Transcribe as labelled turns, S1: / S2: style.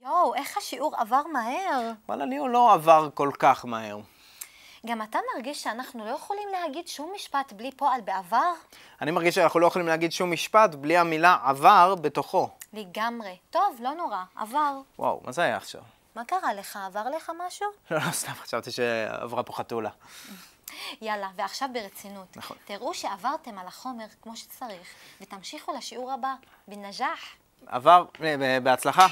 S1: יואו, איך השיעור עבר מהר.
S2: וואלה, לי הוא לא עבר כל כך מהר.
S1: גם אתה מרגיש שאנחנו לא יכולים להגיד שום משפט בלי פועל בעבר?
S2: אני מרגיש שאנחנו לא יכולים להגיד שום משפט בלי המילה עבר בתוכו.
S1: לגמרי. טוב, לא נורא, עבר.
S2: וואו, מה זה היה עכשיו?
S1: מה קרה לך? עבר לך משהו?
S2: לא, לא, סתם חשבתי שעברה פה חתולה.
S1: יאללה, ועכשיו ברצינות.
S2: נכון.
S1: תראו שעברתם על החומר כמו שצריך, ותמשיכו לשיעור הבא. בנג'אח.
S2: עבר, אה, ב- בהצלחה.